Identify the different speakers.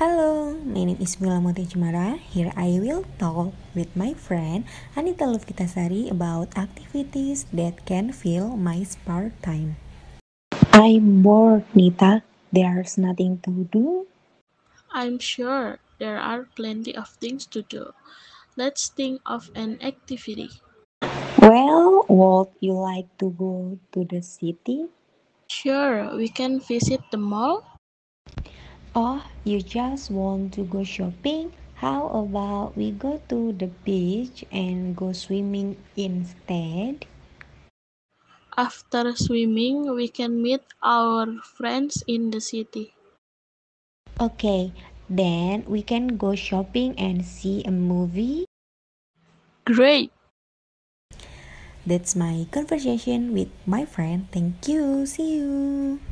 Speaker 1: Hello, my name is Mila Montejumara. Here I will talk with my friend Anita Lufkitasari about activities that can fill my spare time. I'm bored, Nita. There's nothing to do.
Speaker 2: I'm sure there are plenty of things to do. Let's think of an activity.
Speaker 1: Well, would you like to go to the city?
Speaker 2: Sure, we can visit the mall.
Speaker 1: Or Oh, you just want to go shopping? How about we go to the beach and go swimming instead?
Speaker 2: After swimming, we can meet our friends in the city.
Speaker 1: Okay, then we can go shopping and see a movie.
Speaker 2: Great!
Speaker 1: That's my conversation with my friend. Thank you. See you.